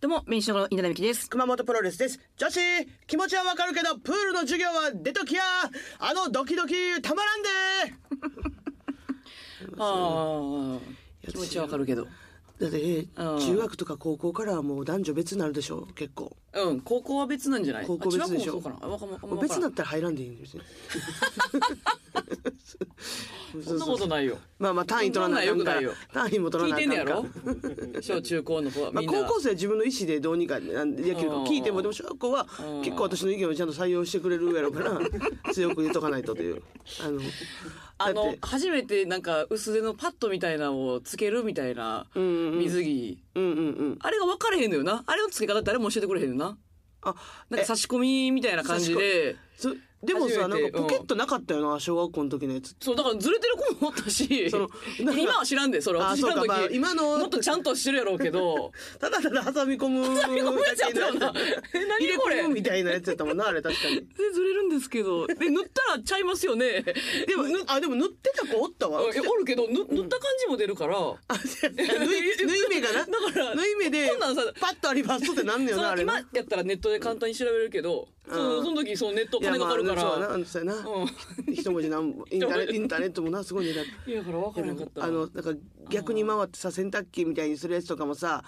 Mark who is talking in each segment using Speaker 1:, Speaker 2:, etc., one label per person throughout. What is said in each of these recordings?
Speaker 1: どうも、民主党の稲田美希です。
Speaker 2: 熊本プロレスです女子気持ちはわかるけどプールの授業は出ときやあのドキドキたまらんで
Speaker 1: ああ、気持ちはわかるけど。
Speaker 2: だって、え
Speaker 1: うん
Speaker 2: 中学とか高校からはもう男女別になるでしょ結構
Speaker 1: うん、高校は別なんじゃない
Speaker 2: 高校別でし
Speaker 1: あ中学校も
Speaker 2: ょ
Speaker 1: そうかなあわかんわかん
Speaker 2: もう
Speaker 1: わか
Speaker 2: 別
Speaker 1: ん
Speaker 2: だったら入らんでいいんですよ
Speaker 1: そんなことないよ。
Speaker 2: まあまあ単位取らない
Speaker 1: そんなんよくないよ
Speaker 2: 単位も取
Speaker 1: 聞
Speaker 2: ら
Speaker 1: い
Speaker 2: ない
Speaker 1: てんねやろ小中高の子は
Speaker 2: まあ、
Speaker 1: みんな。
Speaker 2: 高校生は自分の意思でどうにかなんでできるか
Speaker 1: うん
Speaker 2: 聞いてもでも小学校は
Speaker 1: うん
Speaker 2: 結構私の意見をちゃんと採用してくれるやろうから 強く言っとかないとというあの
Speaker 1: あ
Speaker 2: だっ
Speaker 1: の
Speaker 2: て、
Speaker 1: 初めてなんか薄手のパッドみたいなのをつけるみたいな
Speaker 2: うんうんうん
Speaker 1: 水着。
Speaker 2: うんうんうん
Speaker 1: あれが分かれへんのよな。あれの付け方誰も教えてくれへんのな。
Speaker 2: あ
Speaker 1: なんか差し込みみたいな感じで。
Speaker 2: そでもさ
Speaker 1: 初
Speaker 2: な
Speaker 1: めて
Speaker 2: んかポケットなかったよな小学校の時のやつ
Speaker 1: そう、だからずれてる子もおったし、
Speaker 2: そのなんか
Speaker 1: 今は知らんで、それ。
Speaker 2: あ
Speaker 1: 私らの
Speaker 2: そうかまあ
Speaker 1: 時、
Speaker 2: 今の
Speaker 1: もっとちゃんとしてるやろうけど、
Speaker 2: ただただ挟み込むだけの
Speaker 1: ごめんなさい、やったよな。え、
Speaker 2: 入
Speaker 1: 何
Speaker 2: れ
Speaker 1: これ
Speaker 2: 込むみたいなやつやったもんなあれ確かに
Speaker 1: でずれるんですけど。で、塗ったらちゃいますよ ね。
Speaker 2: でもあでも塗ってた子おったわ
Speaker 1: えおるけど、ぬ塗った感じも出るから。
Speaker 2: あ違う違う 縫い縫い目がな
Speaker 1: だから
Speaker 2: 縫い目で
Speaker 1: こんなんさ
Speaker 2: パッとありますってなんねよ
Speaker 1: そ
Speaker 2: なあ
Speaker 1: の
Speaker 2: れな
Speaker 1: 今やったらネットで簡単に調べれるけど、
Speaker 2: ん
Speaker 1: そのその時そのネット金かかるから。
Speaker 2: いやまあそうやなそうやな、
Speaker 1: うん
Speaker 2: 一文字なん ぼインターネインターネットもなすごい値段
Speaker 1: いや、だから分からなかった。
Speaker 2: あのなんか逆に回ってさ洗濯機みたいにするやつとかもさ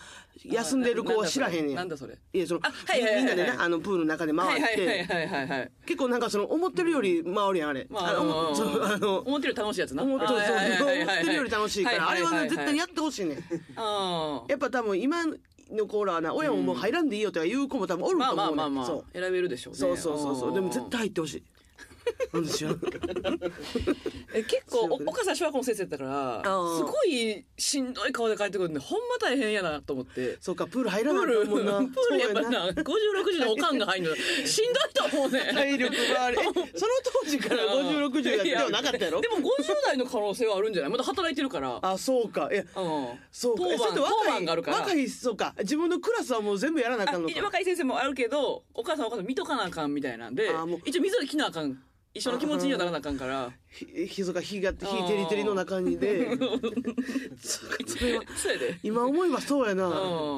Speaker 2: 休んでる子は知らへんねん
Speaker 1: なんだそれ。
Speaker 2: いやその
Speaker 1: あはいはいはいはい
Speaker 2: みんなでねあのプールの中で
Speaker 1: は
Speaker 2: 回
Speaker 1: い
Speaker 2: っ
Speaker 1: は
Speaker 2: て、
Speaker 1: いはいはいはいはい。
Speaker 2: 結構なんかその思ってるより回るやんあれ、
Speaker 1: まあ、
Speaker 2: あの
Speaker 1: うん
Speaker 2: そのあの
Speaker 1: 思ってるより楽しいやつな。
Speaker 2: 思って
Speaker 1: はいはいはい
Speaker 2: そう
Speaker 1: はい
Speaker 2: 思ってるより楽しいからあれはね絶対にや
Speaker 1: っ
Speaker 2: ってほしいねん
Speaker 1: あ
Speaker 2: やっぱ多分今の子らはな親ももう入らんでいいよとか言う子も多分おる
Speaker 1: ま
Speaker 2: と
Speaker 1: あま
Speaker 2: 思
Speaker 1: あ
Speaker 2: うねん
Speaker 1: まあまあ
Speaker 2: そう
Speaker 1: 選べるでしょうね
Speaker 2: そうそうそうそうでも絶対
Speaker 1: 対
Speaker 2: 入ってほしいなんでしょう
Speaker 1: え結構お岡さん小学校の先生だったから
Speaker 2: ー
Speaker 1: すごいしんどい顔で帰ってくるんでほんま大変やなと思って
Speaker 2: そうかプール入
Speaker 1: プ
Speaker 2: ら
Speaker 1: ー
Speaker 2: ない
Speaker 1: ル
Speaker 2: と思うな
Speaker 1: プールやっぱ
Speaker 2: そう
Speaker 1: な5060のおかんが入るのしんどいと思うね
Speaker 2: 体力が あれえその当時から50、60やってはなかったやろ
Speaker 1: でも50代の可能性はあるんじゃないまだ働いてるから
Speaker 2: あそうかいや
Speaker 1: うん
Speaker 2: そうか
Speaker 1: 当
Speaker 2: えそ
Speaker 1: 番
Speaker 2: れって
Speaker 1: 当
Speaker 2: 若い
Speaker 1: 番があるから
Speaker 2: 若いそうか自分のクラスはもう全部やらなあかんの
Speaker 1: あいや
Speaker 2: か
Speaker 1: 若い先生もあるけどお母さんお母さん見とかなあかんみたいなんで
Speaker 2: あもう
Speaker 1: 一応水着着なあかん一緒の気持ちにはならなあかんから
Speaker 2: ひひそかひがひてりてりの中に でそうかそれは
Speaker 1: そうやで
Speaker 2: 今思えばそうやな
Speaker 1: う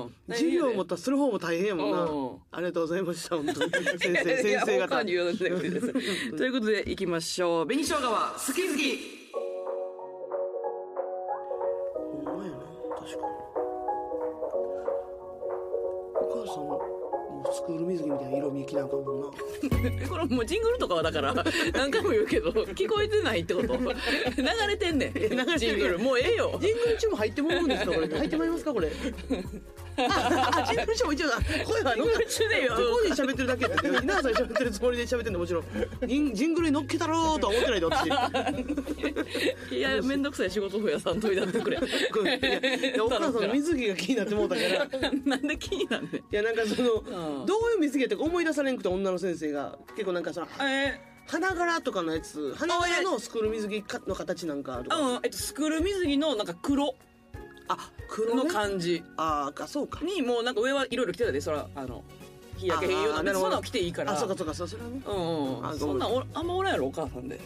Speaker 1: ん
Speaker 2: 授業もたする方も大変やもんな
Speaker 1: うん
Speaker 2: ありがとうございました本当 に先生
Speaker 1: いや
Speaker 2: 先生
Speaker 1: いや他
Speaker 2: 方
Speaker 1: に言わなくてくだ さいということでいきましょう紅生姜は好き好き
Speaker 2: ほんまやな確かにお母さんもうスクール水着みたいな色見着なんかんもんな
Speaker 1: えこれもうジングルとかはだ から何回も言うけど聞こえてないってこと流れてんね
Speaker 2: 流れてるや
Speaker 1: ん
Speaker 2: ん
Speaker 1: ジングルもうええ よ
Speaker 2: ジングル中も入ってもらうんですかこれ 入ってもらいますかこれああジングル中も一応あ声は乗っ
Speaker 1: ジングル中でよ
Speaker 2: ここで喋ってるだけって稲葉さん喋ってるつもりで喋ってんのもちろんジンジングルに乗っけたろうとは思ってないで私
Speaker 1: いやめんどくさい仕事増やさんといだって くれ
Speaker 2: ごめんいやいやお母さんの水着が気になってもうたからい
Speaker 1: なんで気になんねん
Speaker 2: やなんか
Speaker 1: う
Speaker 2: そ
Speaker 1: ん
Speaker 2: のどういう水着やったか思い出されんくて女の先生が結構なんかその
Speaker 1: え
Speaker 2: 花柄とかのやつ花柄のスクール水着かの形なんかと
Speaker 1: ー
Speaker 2: か
Speaker 1: うんえっとスクール水着のなんか黒
Speaker 2: あ黒
Speaker 1: の
Speaker 2: の
Speaker 1: 感じ
Speaker 2: ああそうか
Speaker 1: にもうなんか上はいろいろ着てたでそらあの日焼け変容なん
Speaker 2: あーな
Speaker 1: で
Speaker 2: る
Speaker 1: そ
Speaker 2: ほ
Speaker 1: んな
Speaker 2: ど
Speaker 1: の着ていいから
Speaker 2: あそうかそうかそうそれはね
Speaker 1: うんう
Speaker 2: あ
Speaker 1: ん
Speaker 2: ご
Speaker 1: そ
Speaker 2: め
Speaker 1: ん
Speaker 2: ん
Speaker 1: なんおらあんまおらんやろお母さんで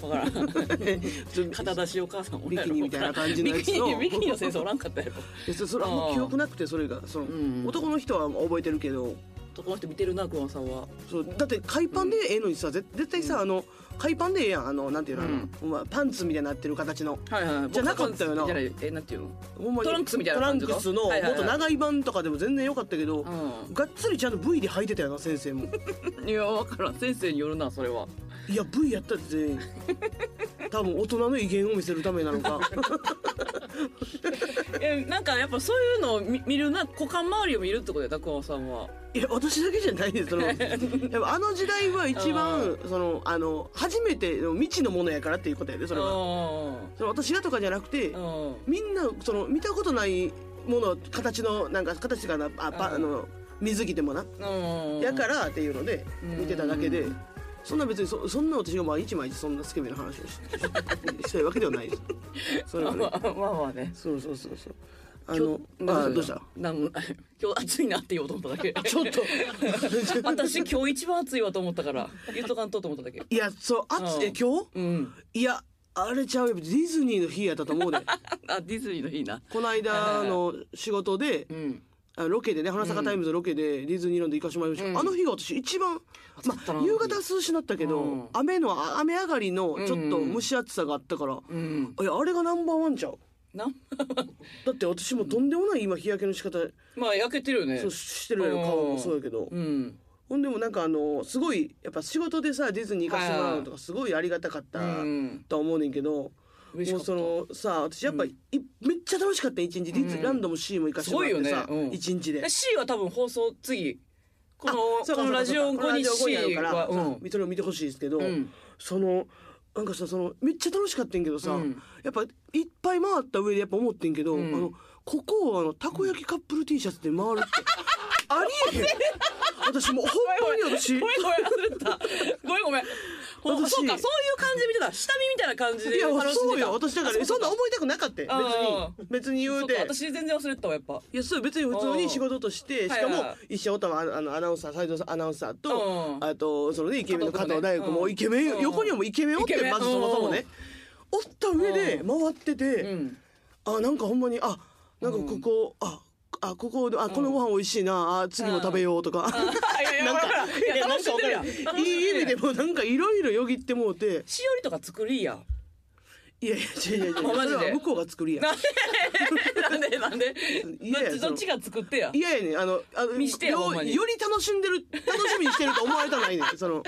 Speaker 1: わからん
Speaker 2: ちょ
Speaker 1: 肩出しお母さんおらんやろ
Speaker 2: ビキニみたいな感じのやつを
Speaker 1: ビキニビキニの先生おらんかったやろ
Speaker 2: えそそれあん
Speaker 1: あ
Speaker 2: ま
Speaker 1: ー
Speaker 2: 記憶なくてそれがその、
Speaker 1: ん
Speaker 2: 男の人は覚えてるけど
Speaker 1: 男の人見てるなクマさんは
Speaker 2: そうだって海パンでええのにさ、ぜ絶対さ、あの海パンでええやんあのなんていうの、あのまあ、パンツみたいになってる形の
Speaker 1: はいはい
Speaker 2: じゃなかったよな
Speaker 1: じゃないえなんていうの
Speaker 2: ほんまに
Speaker 1: トランクスみたいな感じ
Speaker 2: ト
Speaker 1: の
Speaker 2: ランクスのも
Speaker 1: はいはい
Speaker 2: っ
Speaker 1: はい
Speaker 2: と長い版とかでも全然良かったけど、
Speaker 1: う
Speaker 2: がっつりちゃんと V で履いてたよな先 生も
Speaker 1: んいやわからん先生によるなそれ はい
Speaker 2: や V やったって全員多分大人の威厳を見せるためな のか
Speaker 1: えなんかやっぱそういうのを見見るな股間周りを見るってことやなクマさんはい
Speaker 2: や私だけじゃな いですそのやっぱあの時代は一番そのあの初めての未知のものやからっていうことやでそれは
Speaker 1: う
Speaker 2: その私がとかじゃなくて、
Speaker 1: んうん
Speaker 2: みんなその見たことないもの形のなんか形がなあパ、
Speaker 1: うん
Speaker 2: あの水着でもな、
Speaker 1: うん
Speaker 2: やからっていうので
Speaker 1: うん
Speaker 2: 見てただけで、
Speaker 1: う
Speaker 2: そんな別にそそんな私が毎日毎日そんなスケベな話をし したいわけではないですそれ
Speaker 1: ま
Speaker 2: は
Speaker 1: あ
Speaker 2: ね
Speaker 1: まあまあまあね
Speaker 2: そうそうそうそうあ
Speaker 1: 今
Speaker 2: の
Speaker 1: 日
Speaker 2: あどうした
Speaker 1: なん もない今日暑いなって言おうと思っただけ
Speaker 2: ちょっと
Speaker 1: 私今日一番暑いわと思ったから言っとかんとと思っただけ
Speaker 2: いやそうあ
Speaker 1: うん
Speaker 2: え今日
Speaker 1: うん
Speaker 2: いやあれちゃうよデ ィズニーの日やったと思うで
Speaker 1: あディズニーのいいな
Speaker 2: この間の仕事で、
Speaker 1: うん
Speaker 2: あのロケでね花坂タイムズのロケでディズニーランド行かしてもらいましたけど、
Speaker 1: うん
Speaker 2: あの日が私一番、
Speaker 1: 暑
Speaker 2: ま
Speaker 1: かったな
Speaker 2: あ、夕方は涼しなったけど、
Speaker 1: うん
Speaker 2: 雨のあ雨上がりのちょっと蒸し暑さがあったから、
Speaker 1: うん。
Speaker 2: いやあれがナンバーワンちゃう
Speaker 1: な、
Speaker 2: だって私もとんでもない今日焼けの仕方
Speaker 1: まあ焼けてるよね。
Speaker 2: そうしてるやろ顔もそうやけど、
Speaker 1: うん。
Speaker 2: ほんでもなんかあのすごいやっぱ仕事でさディズニー行かしてもらうのとかすごいありがたかった
Speaker 1: うん
Speaker 2: とは思うねんけど、
Speaker 1: 嬉し
Speaker 2: も
Speaker 1: か
Speaker 2: う
Speaker 1: った
Speaker 2: そ。のさあ私やっぱ、いめっちゃ楽しかった一日ディズニーランドもシーも行かしてもらってさ
Speaker 1: すごいよねうん
Speaker 2: 一、日で
Speaker 1: で。C は多分放送次この
Speaker 2: あそうか
Speaker 1: このラジオ後に
Speaker 2: そうか
Speaker 1: C
Speaker 2: ラジオ後にやるから
Speaker 1: はうん
Speaker 2: それを見てほしいですけど、
Speaker 1: うん
Speaker 2: そのなんかさそのめっちゃ楽しかったんけどさ、
Speaker 1: うん
Speaker 2: やっぱいっぱい回った上でやっぱ思ってんけど、
Speaker 1: うん
Speaker 2: あのここをあのたこ焼きカップル T シャツで回るってありえへん私もう本当に私
Speaker 1: ごめんごめん忘れてたごめんごめんほ
Speaker 2: 私
Speaker 1: そうかそういう感じで見てた下見みたいな感じ
Speaker 2: い
Speaker 1: で
Speaker 2: や
Speaker 1: 楽しんでた
Speaker 2: そうよ私だから
Speaker 1: あ
Speaker 2: そ
Speaker 1: うん
Speaker 2: な思いたくなかったよ
Speaker 1: あ
Speaker 2: 別に別に言
Speaker 1: そううか
Speaker 2: て
Speaker 1: 私全然忘れてたわやっぱ
Speaker 2: いやそう別に普通に仕事として
Speaker 1: ん
Speaker 2: しか
Speaker 1: はい
Speaker 2: も
Speaker 1: はい
Speaker 2: 一緒におったわあのあのアナウンサー斉藤さんアナウンサーと
Speaker 1: うん
Speaker 2: あとそのねイケメンの加藤大
Speaker 1: 加藤君ね
Speaker 2: 学も
Speaker 1: うん
Speaker 2: イケメ
Speaker 1: う
Speaker 2: ン
Speaker 1: ん
Speaker 2: 横にはもうイケメンおっ
Speaker 1: イケ
Speaker 2: て
Speaker 1: メン
Speaker 2: まずそもそもねおった上で
Speaker 1: う
Speaker 2: 回って
Speaker 1: う
Speaker 2: て
Speaker 1: ん
Speaker 2: あなんかほんまにあなんかここああここあこのご飯美味しいなあ次も食べようとか
Speaker 1: あいやいや
Speaker 2: なんか
Speaker 1: いやいや楽しんでるやん
Speaker 2: いい意味でもなんかいろいろよぎってもうて
Speaker 1: しおりとか作りや
Speaker 2: いやいやいやいやいや
Speaker 1: あ マジで
Speaker 2: それは向こうが作りや
Speaker 1: なんでなんで
Speaker 2: いやいや
Speaker 1: どっち
Speaker 2: その
Speaker 1: どっちが作ってや
Speaker 2: いやいやねあのあの
Speaker 1: 見してよほんまに
Speaker 2: より楽しんでる楽しみにしてると思われたくないねん その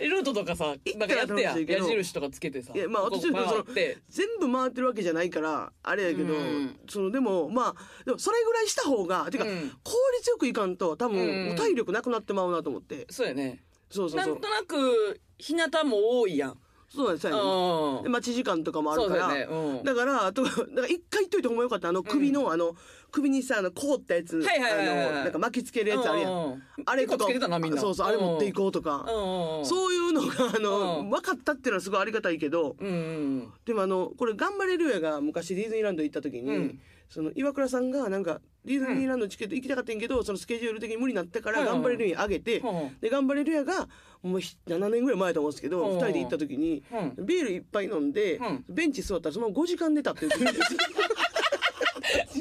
Speaker 1: ルートとかさなんかやってや
Speaker 2: 行ったら楽しいけど
Speaker 1: 矢印とかつけてさ
Speaker 2: いやまあ
Speaker 1: こ
Speaker 2: 私
Speaker 1: こ
Speaker 2: はそ
Speaker 1: 回
Speaker 2: の
Speaker 1: って
Speaker 2: 全部回ってるわけじゃないからあれやけど、
Speaker 1: うん
Speaker 2: そのでもまあでもそれぐらいした方がてか、
Speaker 1: うん
Speaker 2: 効率よくいかんと多分、
Speaker 1: うん
Speaker 2: もう体力なくなってまうなと思って
Speaker 1: そうやね
Speaker 2: そうそう
Speaker 1: な
Speaker 2: そうん
Speaker 1: となく日向も多いやん
Speaker 2: そうですね
Speaker 1: うん
Speaker 2: で待ち時間とかもある
Speaker 1: そう
Speaker 2: か
Speaker 1: だ
Speaker 2: ら
Speaker 1: よねうん
Speaker 2: だからとかなんか一回言っといてほんまよかったあの首の、あの首にさあの凍ったやつ、
Speaker 1: はいはいはいはい
Speaker 2: あのなんか巻きつけるやつあるやん、
Speaker 1: うんうんうん
Speaker 2: あれ
Speaker 1: 結
Speaker 2: と
Speaker 1: 構つ
Speaker 2: か
Speaker 1: けてたなみんな
Speaker 2: そうそうあれ持っていこうと
Speaker 1: う
Speaker 2: か
Speaker 1: ん、うんうん
Speaker 2: そういうのがあの、
Speaker 1: うん
Speaker 2: 分かったっていうのはすごいありがたいけど、
Speaker 1: うんうん
Speaker 2: でもあのこれ「頑張れるや」が昔ディズニーランド行った時に、
Speaker 1: うん
Speaker 2: その岩倉さんがなんかディズニーランドのチケット行きたかったんやけど、そのスケジュール的に無理になったから「
Speaker 1: うん
Speaker 2: 頑張れるや」あげて、
Speaker 1: うん
Speaker 2: で「頑張れるや」がもうひ7年ぐらい前と思うんですけど、
Speaker 1: うん
Speaker 2: 二2人で行った時に、
Speaker 1: う
Speaker 2: ビールいっぱい飲んで、
Speaker 1: うん
Speaker 2: ベンチ座ったらそのまま5時間寝たって いう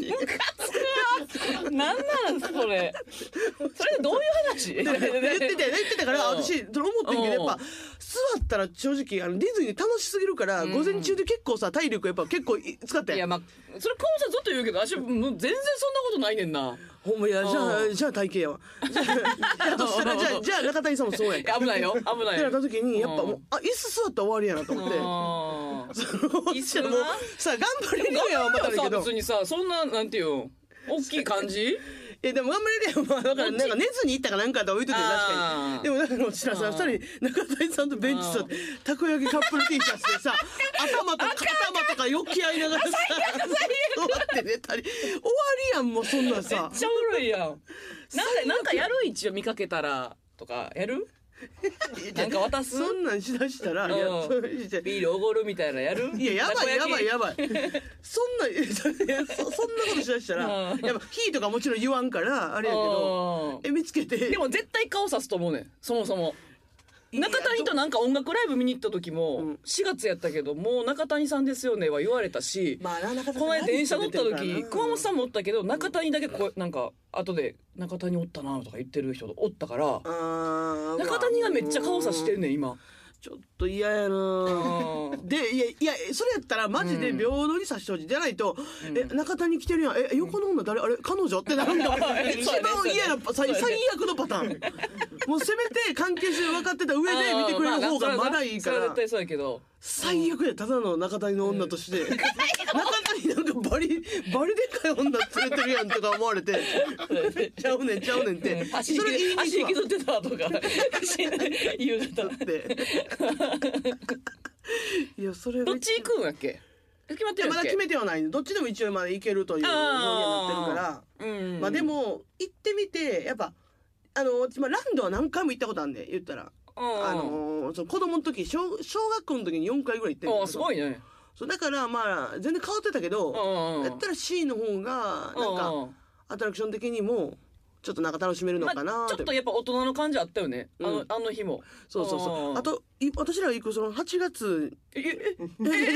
Speaker 1: うんなんなんそれそれどういう話
Speaker 2: 言ってたよね言ってたから、
Speaker 1: うん
Speaker 2: 私それ思ってんけど
Speaker 1: う
Speaker 2: や
Speaker 1: ん
Speaker 2: っぱ座ったら正直あのディズニー楽しすぎるから、
Speaker 1: ん
Speaker 2: 午前中で結構さ体力やっぱ結構い使った
Speaker 1: い
Speaker 2: や
Speaker 1: や
Speaker 2: ん
Speaker 1: まあそれこうさんずっと言うけど私もう全然そんなことないねんな
Speaker 2: ほんまいやじゃ
Speaker 1: う
Speaker 2: あ
Speaker 1: ん
Speaker 2: じゃあ体型やわ じゃあだとしたらじゃあじゃあ中谷さんもそうやん
Speaker 1: いや危ないよ危ない
Speaker 2: ってな
Speaker 1: よ
Speaker 2: った時にやっぱもうあ椅子座ったら終わりやなと思って
Speaker 1: あー
Speaker 2: 椅
Speaker 1: 椅子な
Speaker 2: もうさ頑張れるやんはまただけ
Speaker 1: さ
Speaker 2: ど
Speaker 1: 別にさそんななんていうん大きい感じ
Speaker 2: えでも頑張れ るやんはだからなんか寝ずに行ったかなんかと置いといて確か
Speaker 1: あ
Speaker 2: に
Speaker 1: ー
Speaker 2: でもだから白さん
Speaker 1: う
Speaker 2: 二人中谷さんとベンチ座ってたこ焼きカップル T シャツ でさ頭と頭とかよき合いながらさ 座って寝たり終わりやんもうそんなん
Speaker 1: めっ
Speaker 2: さ
Speaker 1: ちゃおもろいやん。なんか、なんかやる一応見かけたら、とか、やるなんか渡す
Speaker 2: そんなんしだしたらいや
Speaker 1: うん
Speaker 2: そうして
Speaker 1: ビールおごるみたいなやる
Speaker 2: いや、やばい、やばい、
Speaker 1: ば
Speaker 2: やばい。そんな、えそいやそそんな ことしだしたら、
Speaker 1: うん
Speaker 2: やっぱ、ヒーとかもちろん言わんから、あれやけど、え、見つけて。
Speaker 1: でも絶対顔さすと思うねん、そもそも。中谷となんか音楽ライブ見に行った時も、
Speaker 2: ん
Speaker 1: 4月やったけど、もう中谷さんですよねは言われたし、
Speaker 2: まあ、なか
Speaker 1: この間電車乗った時、熊本
Speaker 2: ん。
Speaker 1: さんもおったけど、中谷だけこう、なんか、後で中谷おったなとか言ってる人おったから、
Speaker 2: あー
Speaker 1: 中谷がめっちゃ顔さしてんねん、今。
Speaker 2: ちょっと嫌や な
Speaker 1: うん
Speaker 2: で、いや、いや、それやったら、マジで平等にさしてほしい。じゃないと、え、中谷来てるやん。え、横の女誰あれ彼女ってな るんだ一番嫌な、最最悪のパターン。もうせめて関係性分かってた上で見てくれる方がまだいいか
Speaker 1: それ
Speaker 2: ら
Speaker 1: は絶。対そうやけど。
Speaker 2: 最悪やただの中谷の女として、中谷なんかバリバリでかい女連れてるやんとか思 われてちゃうねんちゃうねんって
Speaker 1: 足
Speaker 2: それ言いに
Speaker 1: 足引
Speaker 2: 行
Speaker 1: き
Speaker 2: くわ
Speaker 1: ずってたとか夕方
Speaker 2: だっていやそ れ
Speaker 1: どっ
Speaker 2: めっち
Speaker 1: ち行くんやっけ決まってる
Speaker 2: ま
Speaker 1: や
Speaker 2: だ
Speaker 1: っけ
Speaker 2: 決めてはないのどっちでも一応まだ行けるというふうにはなってるから
Speaker 1: うん
Speaker 2: まあでも行ってみてやっぱあの、まあ、ランドは何回も行ったことあんで言ったらあ
Speaker 1: あ
Speaker 2: のその子供の時小小学校の時に4回ぐらい行ってんだけど
Speaker 1: すごいね
Speaker 2: そうだからまあ全然変わってたけど
Speaker 1: うんうんうん
Speaker 2: やったら C の方がなんか
Speaker 1: う
Speaker 2: アトラクション的にもちょっとなんか楽しめるのかな
Speaker 1: まあ
Speaker 2: っ
Speaker 1: ち
Speaker 2: て
Speaker 1: ょっとやっぱ大人の感じあったよね。あの、
Speaker 2: うん
Speaker 1: あの日も。
Speaker 2: そうそうそううんあとい私ら行くその8月
Speaker 1: え、え、
Speaker 2: いやいやい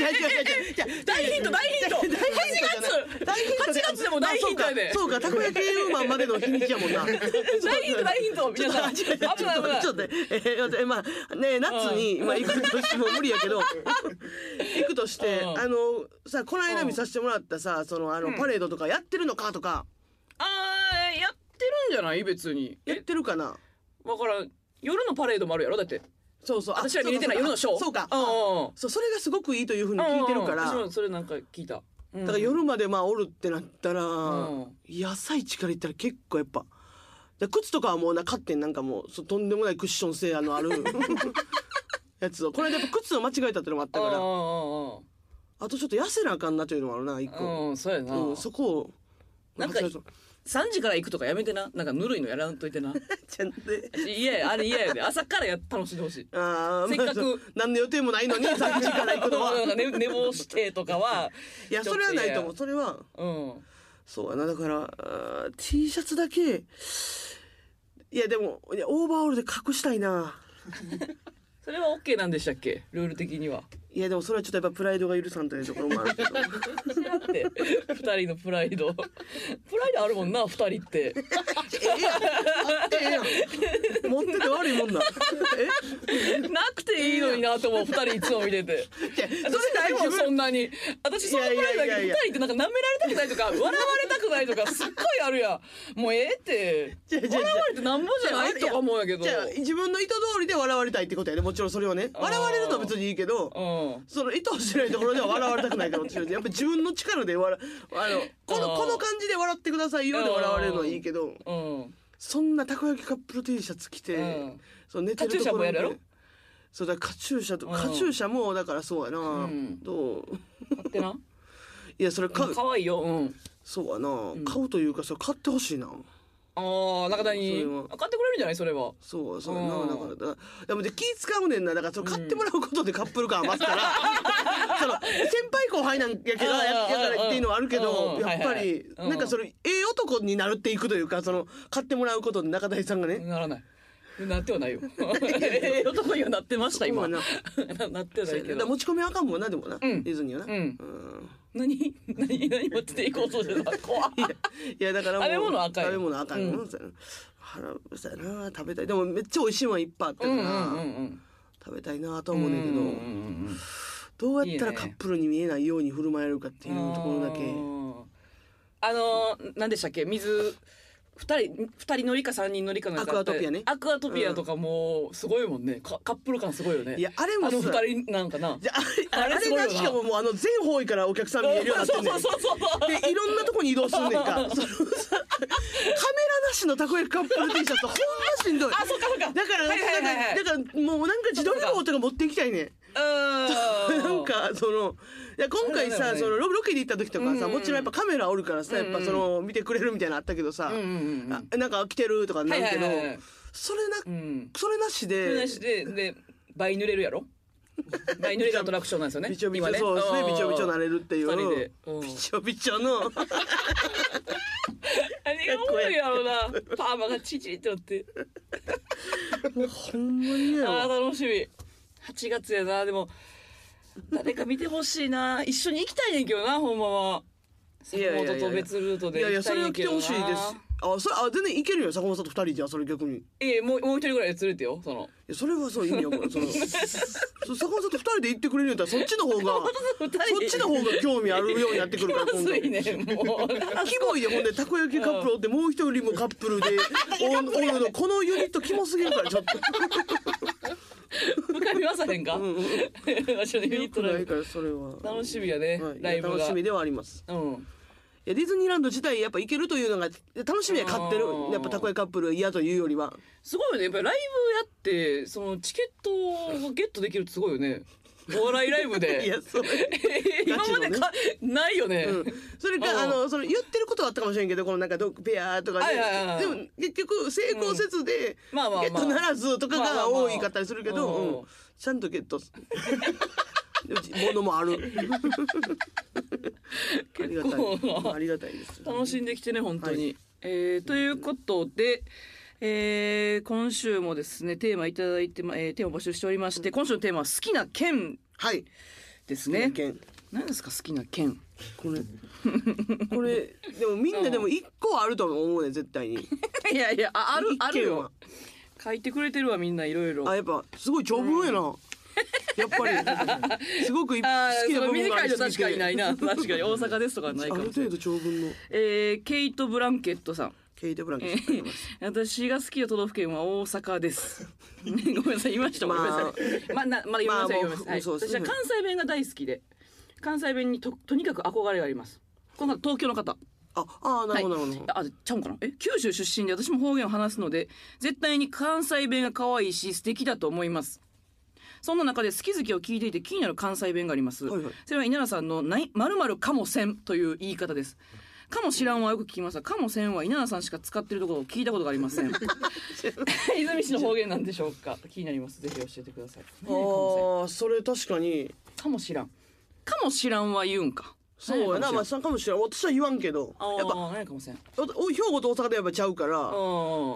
Speaker 2: やいやいや
Speaker 1: 大ヒント、大ヒント。
Speaker 2: 大ヒント
Speaker 1: 8月
Speaker 2: 大ヒント
Speaker 1: 8月でも大ヒントやで
Speaker 2: あそうかそうかたこ焼きウーマンまでの日にちやもん な
Speaker 1: 大ヒント、大ヒント。
Speaker 2: ちょ
Speaker 1: 皆
Speaker 2: っと
Speaker 1: さん。
Speaker 2: 待
Speaker 1: 危
Speaker 2: って、ちょっと
Speaker 1: ない危ない
Speaker 2: ちょっ。と待って、えー、えーまあね夏に、まあ行くとしても無理やけど行くとして、
Speaker 1: うん
Speaker 2: あのさこの間見させてもらったさそのあの、
Speaker 1: うん
Speaker 2: パレードとかやってるのかとか
Speaker 1: あー、やってるんじゃない別に。
Speaker 2: やっ
Speaker 1: え、
Speaker 2: てるかな
Speaker 1: わからん。夜のパレードもあるやろだって。
Speaker 2: そうそうあ
Speaker 1: 私ら見れてない夜のショー。
Speaker 2: そうか
Speaker 1: うんうんうん。
Speaker 2: そうそれがすごくいいというふうに聞いてるから、
Speaker 1: うんうんうん私もそれなんか聞いた。だ
Speaker 2: だから夜までまあおるってなったら、
Speaker 1: うん
Speaker 2: 野菜地から行ったら結構やっぱ。だから靴とかはもうな買ってんなんかもうそうとんでもないクッション性あのある やつをこの間やっぱ靴を間違えたってのもあった
Speaker 1: だ
Speaker 2: か
Speaker 1: から。う
Speaker 2: ら
Speaker 1: ん
Speaker 2: あとちょっと痩せなあかんなというのもあるな
Speaker 1: うん
Speaker 2: 一
Speaker 1: うん
Speaker 2: 個、
Speaker 1: うん、そうやな。
Speaker 2: うん、そこを
Speaker 1: なんか
Speaker 2: 間違え そう
Speaker 1: 3時から行くとかやめてな。なんかぬるいのやらんといて な。
Speaker 2: ちゃんとね
Speaker 1: 嫌や、あれ嫌やで。朝からや楽しんでほしい。
Speaker 2: あー
Speaker 1: せっかく
Speaker 2: まあそう何の予定も ないのに3時から行くのは
Speaker 1: なんか 寝寝坊してとかは。
Speaker 2: いやそれはないと思うそれは
Speaker 1: うん。
Speaker 2: そうやなだからあー T シャツだけいやでもいやオーバーオールで隠したいな
Speaker 1: それは OK なんでしたっけルール的には。
Speaker 2: いやでもそれはちょっとやっぱプライドが許さんというところもあるけど
Speaker 1: 知らんて。二人のプライド。プライドあるもんな、二人って。
Speaker 2: ええやんあってええやん持ってて悪いもんな
Speaker 1: なくていいのになと思う、二人いつも見てて。
Speaker 2: えいや
Speaker 1: それないもん、そんなに。私、そのプライドだ
Speaker 2: いやいやい
Speaker 1: け
Speaker 2: やい
Speaker 1: ど
Speaker 2: や
Speaker 1: 二人ってなんか舐められたくないとか、笑われたくないとか、すっごいあるやん。もうええって。
Speaker 2: 違う違う違う
Speaker 1: 笑われてなんぼじゃないとか思うんやけど。
Speaker 2: じゃあ自分の意図通りで笑われたいってことやねもちろんそれはね
Speaker 1: あー
Speaker 2: 笑われるのは別にいいけど
Speaker 1: うん。
Speaker 2: その意図してないところでは笑われたくないから私はやっぱ自分の力で笑あのこの
Speaker 1: あー
Speaker 2: この感じで笑ってくださいよで笑われるのはいいけど
Speaker 1: うん。
Speaker 2: そんなたこ焼きカップル T シャツ着て、
Speaker 1: うん
Speaker 2: その寝てるところ
Speaker 1: カチューシャもやるやろ
Speaker 2: そうだカチューシャと、
Speaker 1: うん
Speaker 2: カチューシャもだからそうやな、
Speaker 1: ん
Speaker 2: どう
Speaker 1: 買ってな。
Speaker 2: いやそれ買う
Speaker 1: かわいいよ。うん。
Speaker 2: そうやな、買うというかそれ買ってほしいな
Speaker 1: ああ、中谷
Speaker 2: それは。
Speaker 1: 買ってくれるんじゃないそれは。
Speaker 2: そうそうやな
Speaker 1: うん
Speaker 2: だからだでもで気使うねんなだからその買ってもらうことでカップル感余ったら、 その先輩後輩なんやけど
Speaker 1: うん
Speaker 2: ややからっていうのはあるけ
Speaker 1: う
Speaker 2: ど
Speaker 1: ん
Speaker 2: やっぱり
Speaker 1: はいはい
Speaker 2: なんかそれええ男になるっていくというかその買ってもらうことで中谷さんがね
Speaker 1: ならない。なっては ないよ。ええ男にはなってました、今。
Speaker 2: そう
Speaker 1: な
Speaker 2: や
Speaker 1: ってはないけ
Speaker 2: だから
Speaker 1: ど。
Speaker 2: 持ち込みはあかんもんなでもな、
Speaker 1: ん
Speaker 2: ディズニーはな、
Speaker 1: うん
Speaker 2: うん
Speaker 1: 何何何持っていこうとして た怖っ
Speaker 2: いやいやだからもう
Speaker 1: 食べ物赤い
Speaker 2: 食べ物赤い
Speaker 1: う
Speaker 2: も
Speaker 1: ん
Speaker 2: そうやな腹そうやな食べたいでもめっちゃ美味しいもんいっぱいあった
Speaker 1: う
Speaker 2: か
Speaker 1: ん
Speaker 2: ら、
Speaker 1: うんうん
Speaker 2: 食べたいなと
Speaker 1: う
Speaker 2: は
Speaker 1: ん。
Speaker 2: 思うねんだけど、
Speaker 1: うんうんうん
Speaker 2: どうやった
Speaker 1: い
Speaker 2: ら
Speaker 1: いね
Speaker 2: カップルに見えないように振る舞えるかっていうところだけ
Speaker 1: あのー、何でしたっけ水、二人、二人乗りか三人乗りかのやつあって
Speaker 2: アクアトピアね
Speaker 1: アクアトピアとかもうすごいもんね。かカップル感すごいよね。
Speaker 2: いやあれも
Speaker 1: あの
Speaker 2: そうや
Speaker 1: 二人なんかな。
Speaker 2: じゃああれ
Speaker 1: あ
Speaker 2: あ
Speaker 1: れすご
Speaker 2: れ
Speaker 1: いよ
Speaker 2: が
Speaker 1: な
Speaker 2: しかももうあの全方位からお客さん見えるようになってんねん
Speaker 1: そうそうそうそう。
Speaker 2: でいろんなとこに移動すんねん かそのさカメラなしのたこ焼きカップル T シャツほんましんどい
Speaker 1: あ、そっかそっか。
Speaker 2: だから、
Speaker 1: はいはいはいはい
Speaker 2: だからだからもうなんか自撮り棒とか持っていきたいねん
Speaker 1: う
Speaker 2: なんかそのいや今回
Speaker 1: あ
Speaker 2: さ
Speaker 1: れだよね
Speaker 2: そのロロケに行った時とかさもちろんやっぱカメラおるからさやっぱその見てくれるみたいなのあったけどさ
Speaker 1: うんうんうん
Speaker 2: あなんか来てるとかなるけど
Speaker 1: はいはいはいはい
Speaker 2: それな
Speaker 1: うん。
Speaker 2: それなし
Speaker 1: それ
Speaker 2: で
Speaker 1: なしで、で、倍濡れるやろ倍濡れるアトラクションなんですよね。
Speaker 2: びちょび
Speaker 1: 今
Speaker 2: ちょそうですねびちょびちょなれるってい
Speaker 1: 二人
Speaker 2: う
Speaker 1: でうん
Speaker 2: びちょびちょの
Speaker 1: 何が多いやろうな。パーマがチチってなって。
Speaker 2: ほんまにね
Speaker 1: ああ、楽しみ。8月やな、でも、誰か見てほしいな。一緒に行きたいねんけどな、ほんまは。
Speaker 2: いやいやいや
Speaker 1: 坂本と別ルート
Speaker 2: い
Speaker 1: で
Speaker 2: やい
Speaker 1: 行
Speaker 2: や
Speaker 1: きたい
Speaker 2: それ
Speaker 1: ね
Speaker 2: は
Speaker 1: ん
Speaker 2: 来
Speaker 1: け
Speaker 2: て
Speaker 1: どな。
Speaker 2: ほしいですあそれあ全然いけるよ坂本さんと二人じゃそれ逆にい
Speaker 1: いやもう、もう一人ぐらい連れてよ、その。
Speaker 2: やそれはそう意味わからんそ のそう坂本さんと二人で行ってくれるんやったらそっちの方が
Speaker 1: 二人
Speaker 2: そっちの方が興味あるようになってくるから
Speaker 1: 気ま
Speaker 2: 今
Speaker 1: ず
Speaker 2: 度
Speaker 1: いね、もう。
Speaker 2: キモいでほんでたこ焼きカップルおってもう一人もカップルで おおるのこのユニットキモすぎるからちょっと
Speaker 1: 深みまさへんか。 私 のユニ
Speaker 2: 良
Speaker 1: ット
Speaker 2: くな
Speaker 1: ラ
Speaker 2: い
Speaker 1: イブ
Speaker 2: からそれは
Speaker 1: 楽しみやね、
Speaker 2: はいいや
Speaker 1: ライブが。
Speaker 2: 楽しみではあります
Speaker 1: うん。
Speaker 2: いやディズニーランド自体やっぱ行けるというのが楽しみは買ってる
Speaker 1: うん
Speaker 2: やっぱたこ焼きカップルは嫌というよりは
Speaker 1: すごいよね。やっぱりライブやって、そのチケットをゲットできるってすごいよ ね。お笑いライブ
Speaker 2: い
Speaker 1: で。
Speaker 2: やそれ
Speaker 1: 今までか、ないよね。
Speaker 2: うんそれか、
Speaker 1: うん
Speaker 2: あの、その言ってることはあったかもしれんけど、このなんかドッグペアとか
Speaker 1: は
Speaker 2: で、
Speaker 1: いはいはい
Speaker 2: でも結局成功せずで、
Speaker 1: うんまあまあまあ
Speaker 2: ゲットならずとか
Speaker 1: まあまあま
Speaker 2: が
Speaker 1: あ
Speaker 2: 多いかったりするけど、
Speaker 1: うん
Speaker 2: うんちゃんとゲット。でもの もある。 ありがたい。ありがたいです。
Speaker 1: 楽しんできてね、本当に。えーということで、えー今週もですね、テーマいただいてま、えーテーマ募集しておりまして、今週のテーマは好きな県
Speaker 2: はい。
Speaker 1: ですね。
Speaker 2: 県
Speaker 1: 何ですか、好きな県。
Speaker 2: これこれでもみんなでも一個はあると思うね絶対に。
Speaker 1: いやいや、あある
Speaker 2: 一、軒は
Speaker 1: あるよ。書いてくれてるわ、みんないろいろ。
Speaker 2: あ
Speaker 1: あ
Speaker 2: やっぱすごい長文やな。やっぱりすごくい好
Speaker 1: あー、
Speaker 2: きな
Speaker 1: そう
Speaker 2: 部分が
Speaker 1: 短
Speaker 2: あ
Speaker 1: い
Speaker 2: り
Speaker 1: の
Speaker 2: すぎ
Speaker 1: 確かにな
Speaker 2: て。
Speaker 1: いな。確かに大阪ですとかはない
Speaker 2: あ
Speaker 1: か
Speaker 2: る
Speaker 1: もしれな
Speaker 2: 程
Speaker 1: い。
Speaker 2: 度長文の
Speaker 1: えーケイト・ブランケットさん。
Speaker 2: ケイテブランケット。
Speaker 1: 私が好きな都道府県は大阪 です。ごめんなさい、言いました。ごめんなさい。まあ、なまだ言いません、言いま
Speaker 2: まあも
Speaker 1: せ。
Speaker 2: うん
Speaker 1: はい、
Speaker 2: そうです
Speaker 1: 私は関西弁が大好きで、関西弁にととにかく憧れがあります。この方、東京の方。
Speaker 2: ああーなるほど
Speaker 1: は
Speaker 2: ないるほど。
Speaker 1: あ、ちゃうんかなえ、九州出身で私も方言を話すので、絶対に関西弁が可愛いし、素敵だと思います。そんな中で好き好きを聞いていて気になる関西弁があります。
Speaker 2: はいはい
Speaker 1: それは稲田さんのない、まるまるかもせんという言い方です。かも知らんはよく聞きますが、かもせんは稲田さんしか使ってるところを聞いたことがありま せん。泉市の方言なんでしょうか。気になります。ぜひ教えてください。ねえかも
Speaker 2: ああそれ確かに
Speaker 1: せんかもしらん。かもしらんは言うんか。
Speaker 2: そうやな
Speaker 1: ね
Speaker 2: まあそうかもしれない。私は言わんけど
Speaker 1: あー、
Speaker 2: やっぱ
Speaker 1: ねえかもせん。
Speaker 2: おお兵庫と大阪でやっぱちゃうから。
Speaker 1: うん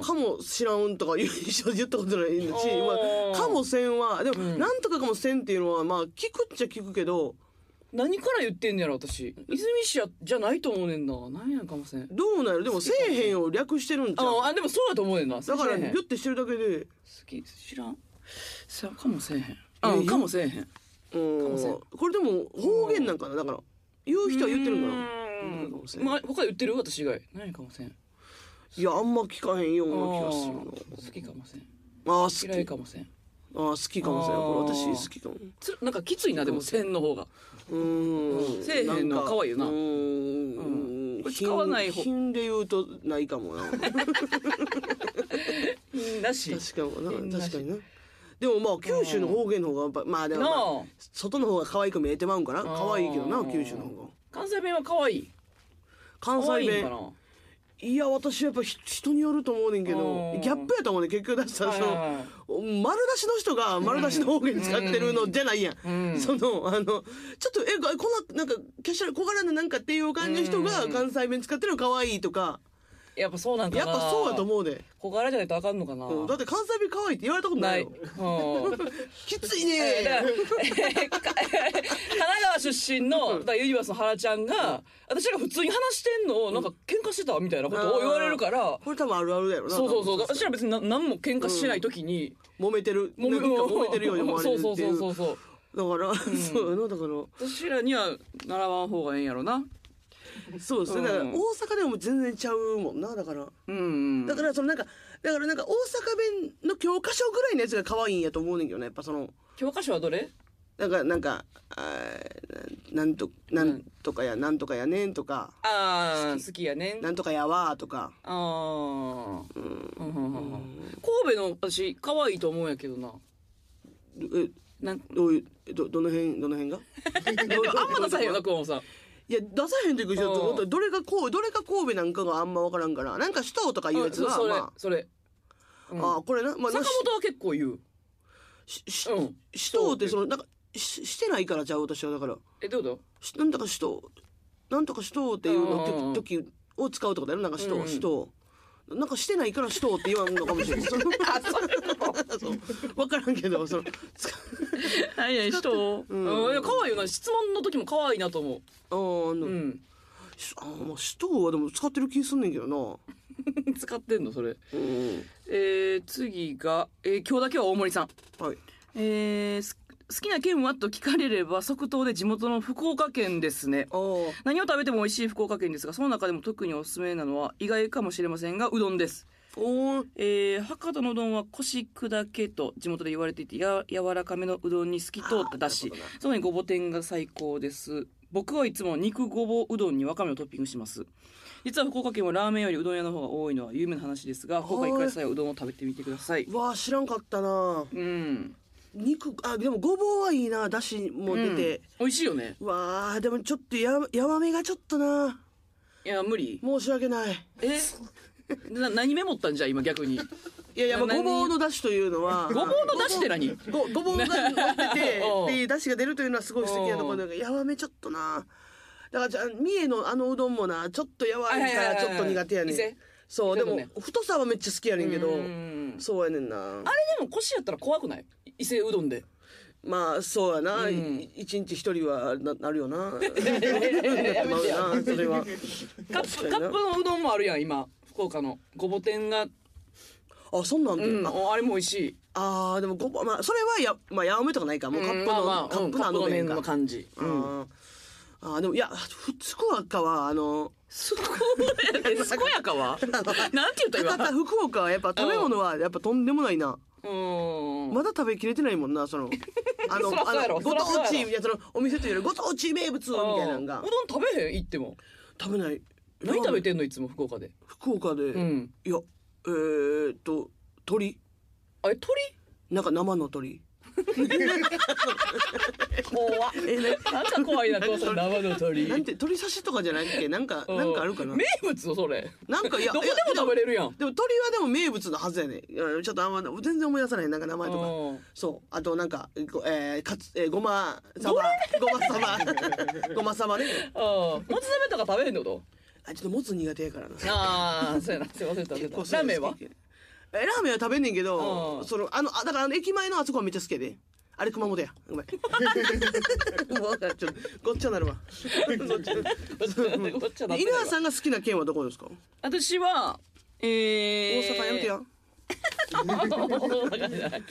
Speaker 2: かも知らんとか言う一緒に言ったことないのし、
Speaker 1: おー
Speaker 2: まあ、かもせんはでも、
Speaker 1: うん
Speaker 2: なんとかかもせんっていうのはまあ聞くっちゃ聞くけど
Speaker 1: 何から言ってんねやろ私泉市やじゃないと思うねんな何やんかもせん
Speaker 2: どうなるでもせえへんを略してるんちゃ
Speaker 1: あ
Speaker 2: う
Speaker 1: あでもそうだと思うねんな
Speaker 2: だから
Speaker 1: せえ
Speaker 2: ギ
Speaker 1: へん
Speaker 2: ュッてしてるだけで
Speaker 1: 好き知らんさかもせえへんあ、
Speaker 2: え
Speaker 1: かもせえへん
Speaker 2: う
Speaker 1: も
Speaker 2: ん
Speaker 1: せん
Speaker 2: これでも方言なんかなだから言う人は言ってるんかな
Speaker 1: う
Speaker 2: かもせ
Speaker 1: ー
Speaker 2: ん
Speaker 1: んまあ他言ってる私以外何やかもせん
Speaker 2: いやあんま聞かへんよう
Speaker 1: あ
Speaker 2: な気がする
Speaker 1: ー好きかもせん
Speaker 2: な
Speaker 1: 嫌い
Speaker 2: ああー好き
Speaker 1: かもせん
Speaker 2: あー好きかもせんこれ
Speaker 1: あー
Speaker 2: 私好きかも
Speaker 1: つるなんかきついなでもせんの方が
Speaker 2: うー
Speaker 1: うん
Speaker 2: ん
Speaker 1: せえへんの
Speaker 2: なか
Speaker 1: 可愛いよな
Speaker 2: うー
Speaker 1: うん
Speaker 2: ん
Speaker 1: これ使わない方
Speaker 2: 品品で言うとないかもな
Speaker 1: だし
Speaker 2: 確か
Speaker 1: 変
Speaker 2: にな
Speaker 1: だし
Speaker 2: 確かになでもまあ九州の方言の方がやっぱまあでも、まあ
Speaker 1: なあ
Speaker 2: 外の方が可愛く見えてまうんかな
Speaker 1: ー
Speaker 2: 可愛いけどな九州の方が
Speaker 1: 関西弁は可愛い
Speaker 2: 関
Speaker 1: 可愛
Speaker 2: 西
Speaker 1: いんか
Speaker 2: 弁
Speaker 1: ない
Speaker 2: や私はやっぱひ人によると思うねんけど
Speaker 1: うん
Speaker 2: ギャップやと思うねん結局だってさ
Speaker 1: はい
Speaker 2: その
Speaker 1: はいはい
Speaker 2: 丸出しの人が丸出しの方言使ってるのじゃないやん、
Speaker 1: うん
Speaker 2: そのあのちょっとえここんななんかけしゃら小柄ななんかっていう感じの人が
Speaker 1: うん
Speaker 2: 関西弁使ってるの可愛いとか
Speaker 1: やっぱそうなんか
Speaker 2: やっ
Speaker 1: な
Speaker 2: ぱそうやと思うで、
Speaker 1: 小柄じゃないとあかんのかな
Speaker 2: うんだって関西弁可愛いって言われたことな
Speaker 1: ないい
Speaker 2: よ
Speaker 1: うん
Speaker 2: きつい
Speaker 1: えーだから
Speaker 2: ね
Speaker 1: えーか神奈川出身のだからユニバースの原ちゃんが私らが普通に話してんのをなんか喧嘩してたみたいなことを言われるから
Speaker 2: これ多分あるあるだよな
Speaker 1: そうそうそうだ
Speaker 2: 多分
Speaker 1: から私ら別にな何も喧嘩してない時に
Speaker 2: 揉めてる
Speaker 1: 揉め
Speaker 2: なんか揉めてるように思われる
Speaker 1: そ
Speaker 2: っ
Speaker 1: う
Speaker 2: てい
Speaker 1: そううそうそう
Speaker 2: だから、そうやなだから
Speaker 1: 私らには習わん方がええんやろな
Speaker 2: そうですね、だから
Speaker 1: う
Speaker 2: 大
Speaker 1: ん
Speaker 2: 阪でも全然ちゃうもんなだから
Speaker 1: うんうん
Speaker 2: だからそのなんかだからなんか大阪弁の教科書ぐらいのやつが可愛いんやと思うねんけどねやっぱその
Speaker 1: 教科書はどれ
Speaker 2: なんかなんかあーなんなんとなんとかや、なんとかやねんとか
Speaker 1: ああ好きやねん
Speaker 2: なんとかやわーとか
Speaker 1: ああうんうんうんうん神戸の私可愛いと思うんやけどな
Speaker 2: え
Speaker 1: なんか
Speaker 2: どういうどどの辺ど の辺がど
Speaker 1: あんま出さへんよ
Speaker 2: ど
Speaker 1: な久保さん
Speaker 2: いや出さへんというかちょっと本当にどれがこうどれが神戸なんかがあんま分からんからなんか首都とかいうやつ
Speaker 1: うん
Speaker 2: は
Speaker 1: それ
Speaker 2: まあ
Speaker 1: それうん
Speaker 2: あーこれな、まあ、
Speaker 1: 坂
Speaker 2: なし
Speaker 1: 本は結構言う。
Speaker 2: しし
Speaker 1: うん。
Speaker 2: し首都ってそのなんかししてないからじゃあ私はだから
Speaker 1: え、どういうこ
Speaker 2: しなんとか首都なんとか首都っていうの
Speaker 1: うんうんうん
Speaker 2: を時時を使うとかだよなんか
Speaker 1: う
Speaker 2: 首都
Speaker 1: んうん
Speaker 2: 首都なんかしてないから首都って言わんのかも しれないその そう分からんけどそのつか
Speaker 1: とはいはい、人。
Speaker 2: うん
Speaker 1: うん。いや、可愛いよな。質問の時も可愛いなと思
Speaker 2: あーあ
Speaker 1: う。
Speaker 2: の、
Speaker 1: うん。
Speaker 2: しあーまあ首都はでも使ってる気すんねんけどな
Speaker 1: 使ってんの、それ。
Speaker 2: うん
Speaker 1: えー、次が、えー、今日だけは大森さん。
Speaker 2: はい
Speaker 1: えー、す好きな県はと聞かれれば即答で地元の福岡県ですね。
Speaker 2: あー
Speaker 1: 何を食べても美味しい福岡県ですが、その中でも特におすすめなのは意外かもしれませんが、うどんです。
Speaker 2: おー
Speaker 1: えー博多のうどんは腰砕けと地元で言われていてや柔らかめのうどんに透き通っただし
Speaker 2: あーなるほど
Speaker 1: そこにごぼ天が最高です僕はいつも肉ごぼうどんにわかめをトッピングします実は福岡県はラーメンよりうどん屋の方が多いのは有名な話ですが福岡に行く際はうどんを食べてみてくださいう
Speaker 2: わー知らんかったな
Speaker 1: うん
Speaker 2: 肉あでもごぼうはいいなだしも出て、
Speaker 1: うん美味しいよね
Speaker 2: うわーでもちょっとややわめがちょっとない
Speaker 1: や無理
Speaker 2: 申し訳ない
Speaker 1: えな何メモったんじゃ今逆に
Speaker 2: いやいや、まあ、
Speaker 1: な
Speaker 2: ごぼうの出汁というのは
Speaker 1: ごぼうの出汁って何
Speaker 2: ごごぼうが乗ってて
Speaker 1: おう
Speaker 2: で出汁が出るというのはすごい素敵なところだけどやわめちょっとなだからじゃあ三重のあのうどんもなちょっとやわいからちょっと苦手やねん
Speaker 1: 伊勢
Speaker 2: そう
Speaker 1: ち
Speaker 2: で
Speaker 1: ょっと
Speaker 2: も
Speaker 1: ね
Speaker 2: 太さはめっちゃ好きやねんけど
Speaker 1: うん
Speaker 2: そうやねんな
Speaker 1: あれでも腰やったら怖くない伊勢うどんで。
Speaker 2: まあそうやな、
Speaker 1: うん
Speaker 2: い一日一人はななるよななって
Speaker 1: やめ
Speaker 2: ま
Speaker 1: てや
Speaker 2: うなそれは
Speaker 1: カップカップのうどんもあるやん今福岡のごぼ天が、
Speaker 2: あそんなんで、
Speaker 1: うん、
Speaker 2: あ
Speaker 1: ああれも美味しい。
Speaker 2: あーでもごぼまあそれはやまあやおめとかないかもうカップの、
Speaker 1: うんまあまあ
Speaker 2: カップのあ
Speaker 1: うんカップ
Speaker 2: の
Speaker 1: の
Speaker 2: 麺
Speaker 1: 麺
Speaker 2: か
Speaker 1: の感じ。
Speaker 2: あーあーでもいやふ福岡はあの
Speaker 1: すごいえ健やかは。なんて言った
Speaker 2: 博多
Speaker 1: 今。
Speaker 2: 福岡はやっぱ食べ物はやっぱとんでもないな
Speaker 1: うん。
Speaker 2: まだ食べきれてないもん なそのあ
Speaker 1: そら
Speaker 2: の
Speaker 1: そうや
Speaker 2: あ
Speaker 1: ろ
Speaker 2: のご当
Speaker 1: そらそう
Speaker 2: 地
Speaker 1: やろ
Speaker 2: いやそのお店というよりご当地名物みたいなのが
Speaker 1: うんうどん食べへん行っても。
Speaker 2: 食べない
Speaker 1: 何食べてんのいつも福岡で。
Speaker 2: 福岡で、
Speaker 1: うん。
Speaker 2: いやえー、っと鳥
Speaker 1: あれ鳥？
Speaker 2: なんか生 の鳥
Speaker 1: 怖っ。なんか怖いな父さん生の鳥。
Speaker 2: なんて鳥刺しとかじゃないっけなんか
Speaker 1: うん
Speaker 2: なんかあるかな
Speaker 1: 名物それ。
Speaker 2: なんかいや
Speaker 1: どこでも
Speaker 2: いや
Speaker 1: 食べれるやん。
Speaker 2: でも鳥はでも名物のはずやねいやちょっとあんま全然思い出さないなんか名前とか
Speaker 1: うん
Speaker 2: そうあとなんかごえー、かつえー、ごまさばごまさば ごまさばね
Speaker 1: ああ、もつ鍋とか食べへんのこと。
Speaker 2: あちょっともつ苦手やからな
Speaker 1: ああ、そうやな、すいません、食べた。ラーメンは。
Speaker 2: えラーメンは食べんねんけ
Speaker 1: う
Speaker 2: ど
Speaker 1: ん
Speaker 2: そのあのあだからあの駅前のあそこはめっちゃ好きやであれ熊本やごめんもうちょっとごっち ゃなるわ
Speaker 1: こっちは
Speaker 2: で稲葉
Speaker 1: ん。
Speaker 2: さんが好きな県はどこですか、
Speaker 1: 私は。えー、
Speaker 2: 大阪やめてや
Speaker 1: 大阪じゃない。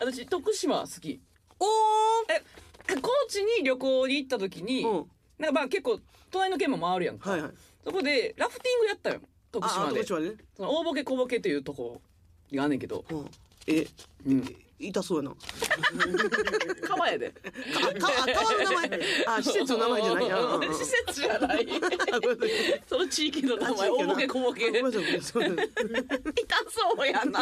Speaker 1: 私、徳島好き。
Speaker 2: お
Speaker 1: え、高知に旅行に行った時に。
Speaker 2: ーうん
Speaker 1: なんか、まあ、結構、隣の県も回るやんか。
Speaker 2: はいはい
Speaker 1: そこで、ラフティングやったよ。徳
Speaker 2: ああ
Speaker 1: 島で
Speaker 2: 徳。島でね、
Speaker 1: その大ボケ小ボケというとこ。があんねんけど。
Speaker 2: うん、え
Speaker 1: うん。
Speaker 2: 痛そうやな
Speaker 1: 川やで。
Speaker 2: あたあ川の名前あ施設の名前じゃないなうんうんうん
Speaker 1: 施設じゃない。
Speaker 2: あごめんなさい
Speaker 1: その地域の名前、
Speaker 2: あ地域
Speaker 1: 大
Speaker 2: やな
Speaker 1: ボケ小ボケ。
Speaker 2: ごめんなさいごめんなさいごめんなさい
Speaker 1: 痛そうやな。
Speaker 2: 川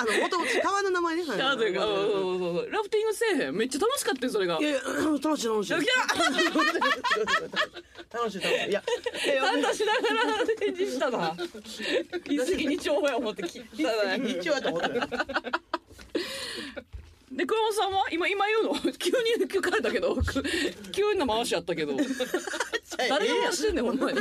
Speaker 2: あの元々川の名前ねはい
Speaker 1: あというか、そうそうそうそうラフティングせえへん。めっちゃ楽しかったよ、それが。
Speaker 2: いやいや楽しい楽し
Speaker 1: 来
Speaker 2: い
Speaker 1: た
Speaker 2: 楽しい楽しいいやいやいや
Speaker 1: サンタしながら展示したな。一石二鳥や思って切ったな。
Speaker 2: 一応やと思ってる
Speaker 1: で、熊本さんは今、今言うの急に聞かれたけど、く急な回しやったけど、誰が回してんねん、ほんまに。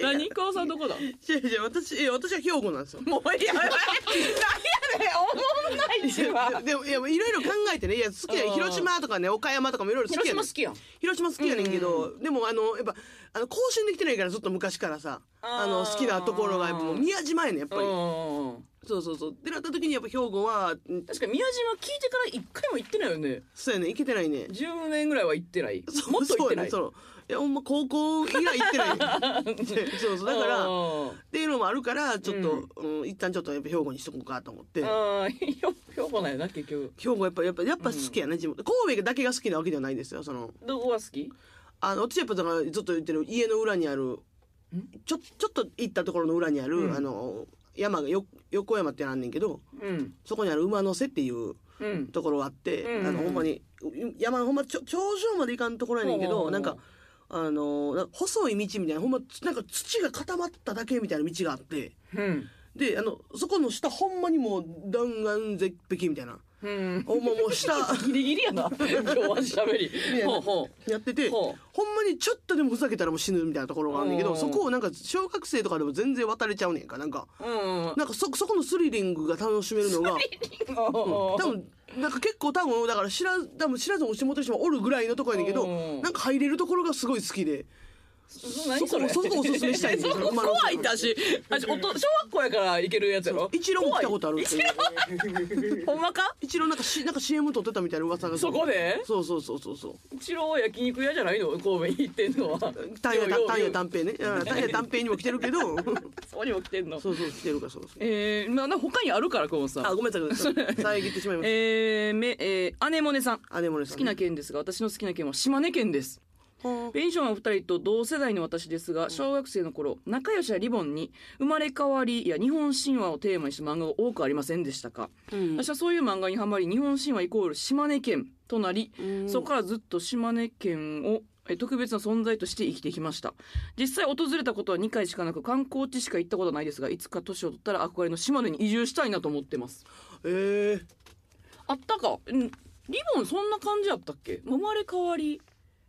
Speaker 1: 何熊本さんどこだ
Speaker 2: いやいや私いや私は兵庫なんですよ
Speaker 1: もういいやばい。何やねん、おもんない一番。
Speaker 2: でもいやいろいろ考えてねいや好き
Speaker 1: う
Speaker 2: や
Speaker 1: ん
Speaker 2: 広島とかね岡山とかもいろいろ好き
Speaker 1: 広
Speaker 2: やね
Speaker 1: 島
Speaker 2: ん
Speaker 1: 好きやん。
Speaker 2: 広島好きやねんけど、でもあのやっぱあの更新できてないからずっと昔からさあの
Speaker 1: あー
Speaker 2: 好きなところがやっぱもう宮島やねんやっぱ
Speaker 1: う
Speaker 2: り、
Speaker 1: んうんうん。
Speaker 2: そうそうそうってなった時にやっぱ兵庫はうん
Speaker 1: 確かに宮島聞いてから一回も行ってないよね。
Speaker 2: そうやねん行けてないね
Speaker 1: 10年ぐらいは行ってない。
Speaker 2: そう
Speaker 1: もっと行ってない。
Speaker 2: そうやねんそのいやほんま高校以来行ってな いねんでそうそうだから
Speaker 1: う
Speaker 2: っ
Speaker 1: ん
Speaker 2: ていうのもあるからちょっと、うん一旦ちょっとやっぱ兵庫にしとこうかと思って
Speaker 1: あー よ評価ないな結局
Speaker 2: 兵庫やっぱやっぱやっぱ好きやね、地元神戸だけが好きなわけではないんですよその
Speaker 1: どこが好き
Speaker 2: あの私やっぱだからずっと言ってる家の裏にあるちょちょっと行ったところの裏にある、
Speaker 1: うん
Speaker 2: あの山がよ横山ってあんねんけど
Speaker 1: うん
Speaker 2: そこにある馬の背っていう
Speaker 1: うん
Speaker 2: ところがあって、
Speaker 1: うん
Speaker 2: あのほんまに山のほんまちょ頂上まで行かんところやねんけ
Speaker 1: ほうほう
Speaker 2: ど、
Speaker 1: ほう
Speaker 2: なんかあのなんか細い道みたいなほんまつなんか土が固まっただけみたいな道があって
Speaker 1: うん
Speaker 2: であのそこの下ほんまにもう弾丸絶壁みたいな
Speaker 1: うん
Speaker 2: ほんまもう下
Speaker 1: ギリギリやな今日は喋り
Speaker 2: や
Speaker 1: ほうほ
Speaker 2: やってて、
Speaker 1: ほ
Speaker 2: ほ
Speaker 1: うん
Speaker 2: まにちょっとでもふざけたらもう死ぬみたいなところがあるんだけ
Speaker 1: う
Speaker 2: ど、
Speaker 1: ん
Speaker 2: そこをなんか小学生とかでも全然渡れちゃうねんか。なんか、
Speaker 1: ううん
Speaker 2: なんかそ、そこのスリリングが楽しめるのが、
Speaker 1: 多
Speaker 2: 多分、なんか結構多分、だから知ら、多分知らずも知もとしてもおるぐらいのとこやねんけど、
Speaker 1: うん
Speaker 2: なんか入れるところがすごい好きで、
Speaker 1: 何それ
Speaker 2: そこそこおすすめしたい ね
Speaker 1: そこ怖いって私私おと小学校やから行けるやつやろ
Speaker 2: 一郎も来たことあるっていう。
Speaker 1: ほんまか
Speaker 2: 一郎なんかし、なんか CM 撮ってたみたいな噂が。
Speaker 1: そこで
Speaker 2: そうそうそうそうそう。
Speaker 1: 一郎は焼肉屋じゃないの神戸に行ってんの は
Speaker 2: 単
Speaker 1: よ
Speaker 2: や
Speaker 1: うよう
Speaker 2: 単や単平ね。うん単や単平にも来てるけど、
Speaker 1: そこにも来てんの
Speaker 2: そうそう来てるからそうそう。
Speaker 1: えー、なな他にあるからこうさん
Speaker 2: あ、ごめんなさい。 遮ってしまいまし
Speaker 1: えー、め、えー、アネモネさん。
Speaker 2: た。あ、でもね、好
Speaker 1: 好きな県ですが、私の好きな県は島根県です。
Speaker 2: は
Speaker 1: 弁償のお二人と同世代の私ですが、小学生の頃、仲良しやリボンに、生まれ変わりや日本神話をテーマにした漫画が多くありませんでしたか、
Speaker 2: あうん
Speaker 1: 私はそういう漫画にハマり、日本神話イコール島根県となり、
Speaker 2: うん
Speaker 1: そこからずっと島根県をえ特別な存在として生きてきました。実際訪れたことは2回しかなく、観光地しか行ったことはないですが、いつか年を取ったら憧れの島根に移住したいなと思ってます。
Speaker 2: えー、
Speaker 1: あったか。うんリボンそんな感じやったっけ生まれ変わり。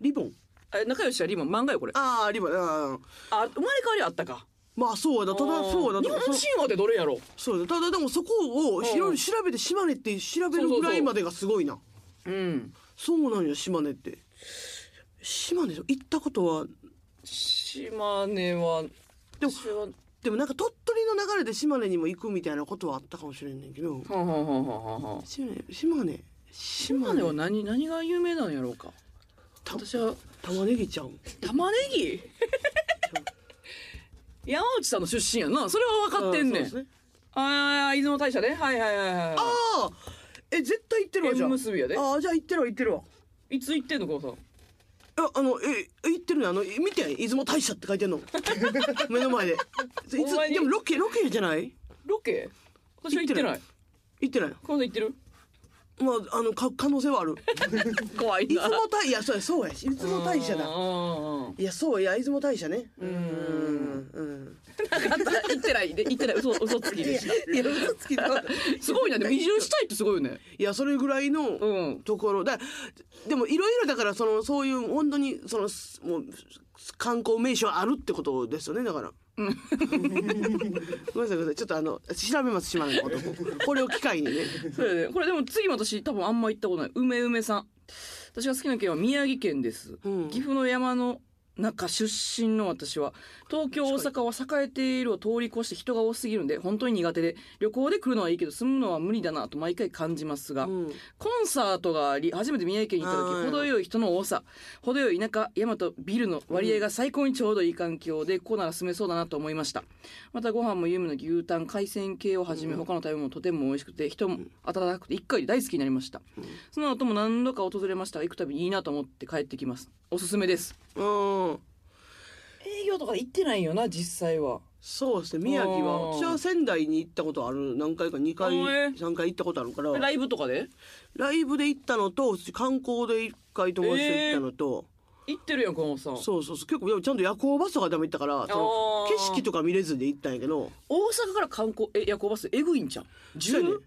Speaker 2: リボン
Speaker 1: え、仲良しはリボン漫画よこれ。あ、
Speaker 2: ああリボンあー
Speaker 1: 生まれ変わりはあったか。
Speaker 2: 生まあそうやなただそうやな
Speaker 1: 日本
Speaker 2: そ
Speaker 1: 神話ってどれやろ
Speaker 2: そうやなただでもそこをいろいろ調べて島根って調べるぐらいまでがすごいな
Speaker 1: う。うん。
Speaker 2: そうなんよ島根って島根行ったことは
Speaker 1: 島根は。
Speaker 2: でも
Speaker 1: 私は
Speaker 2: でもなんか鳥取の流れで島根にも行くみたいなことはあったかもしれんねんけ
Speaker 1: は
Speaker 2: ど
Speaker 1: んはんはんはんはんはん
Speaker 2: 島根島根
Speaker 1: 島根は何何が有名なんやろうか。
Speaker 2: た
Speaker 1: 私は
Speaker 2: 玉ねぎちゃうん
Speaker 1: 玉ね ぎ。山内さんの出身やんな。それは分かってんね。
Speaker 2: あーそうんです
Speaker 1: ああ、出雲大社ね。はいはいはいはい。あ
Speaker 2: ああえ絶対行ってるわじゃ
Speaker 1: 縁
Speaker 2: あ
Speaker 1: 結びやで。
Speaker 2: ああじゃあ行ってるわ行ってるわ
Speaker 1: いつ行ってんの、こうさん。
Speaker 2: ああのえ行ってるねあのえ見て出雲大社って書いてん の目の前でいつ
Speaker 1: ほんまに
Speaker 2: でもロケロケじゃない
Speaker 1: ロケ。私は行ってない。
Speaker 2: 行ってない
Speaker 1: こうさん行ってる。
Speaker 2: まああのか可能性 はある
Speaker 1: 怖い
Speaker 2: 出
Speaker 1: な。
Speaker 2: 雲大いやそうやそうや出雲大社
Speaker 1: う
Speaker 2: だ
Speaker 1: んうんうん
Speaker 2: いやそうや出雲大社ねうーん
Speaker 1: なかった 行ってないで行ってない嘘嘘つきでした
Speaker 2: うんいや嘘つき だ
Speaker 1: すごいなでも移住したいってすごいよね
Speaker 2: いやそれぐらいの、
Speaker 1: うん
Speaker 2: ところだでもいろいろだからそのそういう本当にそのすもうす観光名所あるってことですよねだから。ごめんなさいごめんなさいちょっとあの調べます島根のことこれを機会にね
Speaker 1: そうやねこれでも次も私多分あんま行ったことない梅梅さん私が好きな県は宮城県です、
Speaker 2: うん
Speaker 1: 岐阜の山の中出身の私は東京大阪は栄えているを通り越して人が多すぎるんで本当に苦手で旅行で来るのはいいけど住むのは無理だなと毎回感じますが、
Speaker 2: うん
Speaker 1: コンサートがあり初めて宮城県に行った
Speaker 2: は
Speaker 1: 時
Speaker 2: い
Speaker 1: 程よい人の多さ程よい田舎山とビルの割合が最高にちょうどいい環境で、ここなら住めそうだなと思いましたまたご飯も有名な牛タン海鮮系をはじめ他の食べ物もとても美味しくて人も温かくて一回で大好きになりました、その後も何度か訪れましたが行くたびにいいなと思って帰ってきますおすすめです
Speaker 2: うん
Speaker 1: 営業とか行ってないよな実際は
Speaker 2: そうですね宮城は
Speaker 1: あー
Speaker 2: 私は仙台に行ったことある何回か2回
Speaker 1: おー
Speaker 2: 3回行ったことあるから
Speaker 1: ライブとかで
Speaker 2: ライブで行ったのと観光で1回友達と行ったのと、
Speaker 1: 行ってるやんこのさん
Speaker 2: そうそうそう結構でもちゃんと夜行バスとかダメ行ったからその
Speaker 1: あー
Speaker 2: 景色とか見れずで行ったんやけど
Speaker 1: 大阪から観光え夜行バスえぐいんじゃん
Speaker 2: そうやね
Speaker 1: 10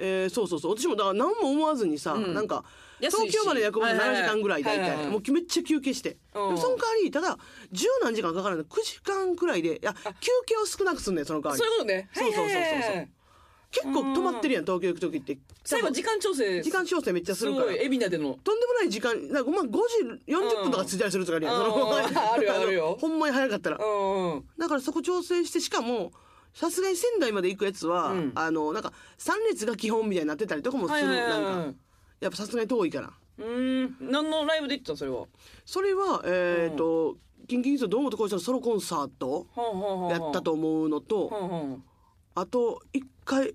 Speaker 2: えー、そうそうそう私もだから何も思わずにさ、
Speaker 1: うん
Speaker 2: なんか
Speaker 1: 安いし
Speaker 2: 東京まで約
Speaker 1: はいはいはい
Speaker 2: 7時間ぐらい大体、
Speaker 1: はいはいはい
Speaker 2: もうめっちゃ休憩して、
Speaker 1: うん
Speaker 2: でもその代わりただ十何時間かからない9時間くらいでいや休憩を少なくすんねんその代わり
Speaker 1: そういうことね
Speaker 2: そうそうそうそう
Speaker 1: はいはいはい
Speaker 2: 結構止まってるやん東京行く時って
Speaker 1: 最後時間調整
Speaker 2: 時間調整めっちゃするから
Speaker 1: ごい海老名での
Speaker 2: とんでもない時間なんかまあ5時40分とか着いたりするとかあるやん、
Speaker 1: うん
Speaker 2: そ の
Speaker 1: あるよあるよ
Speaker 2: ほんまに早かったら、
Speaker 1: うんうん
Speaker 2: だからそこ調整してしかもさすがに仙台まで行くやつは、
Speaker 1: うん
Speaker 2: あのなんか3列が基本みたいになってたりとかもす
Speaker 1: はい
Speaker 2: る、
Speaker 1: はいはい
Speaker 2: なんか
Speaker 1: は
Speaker 2: やっぱさすがに遠いから
Speaker 1: いうーん何のライブで行ってたのそれは
Speaker 2: それはえっ、と、キンキンキッズ堂本光一のソロコンサート
Speaker 1: はんはんはんはん
Speaker 2: やったと思うのと、
Speaker 1: はんはん
Speaker 2: あと一回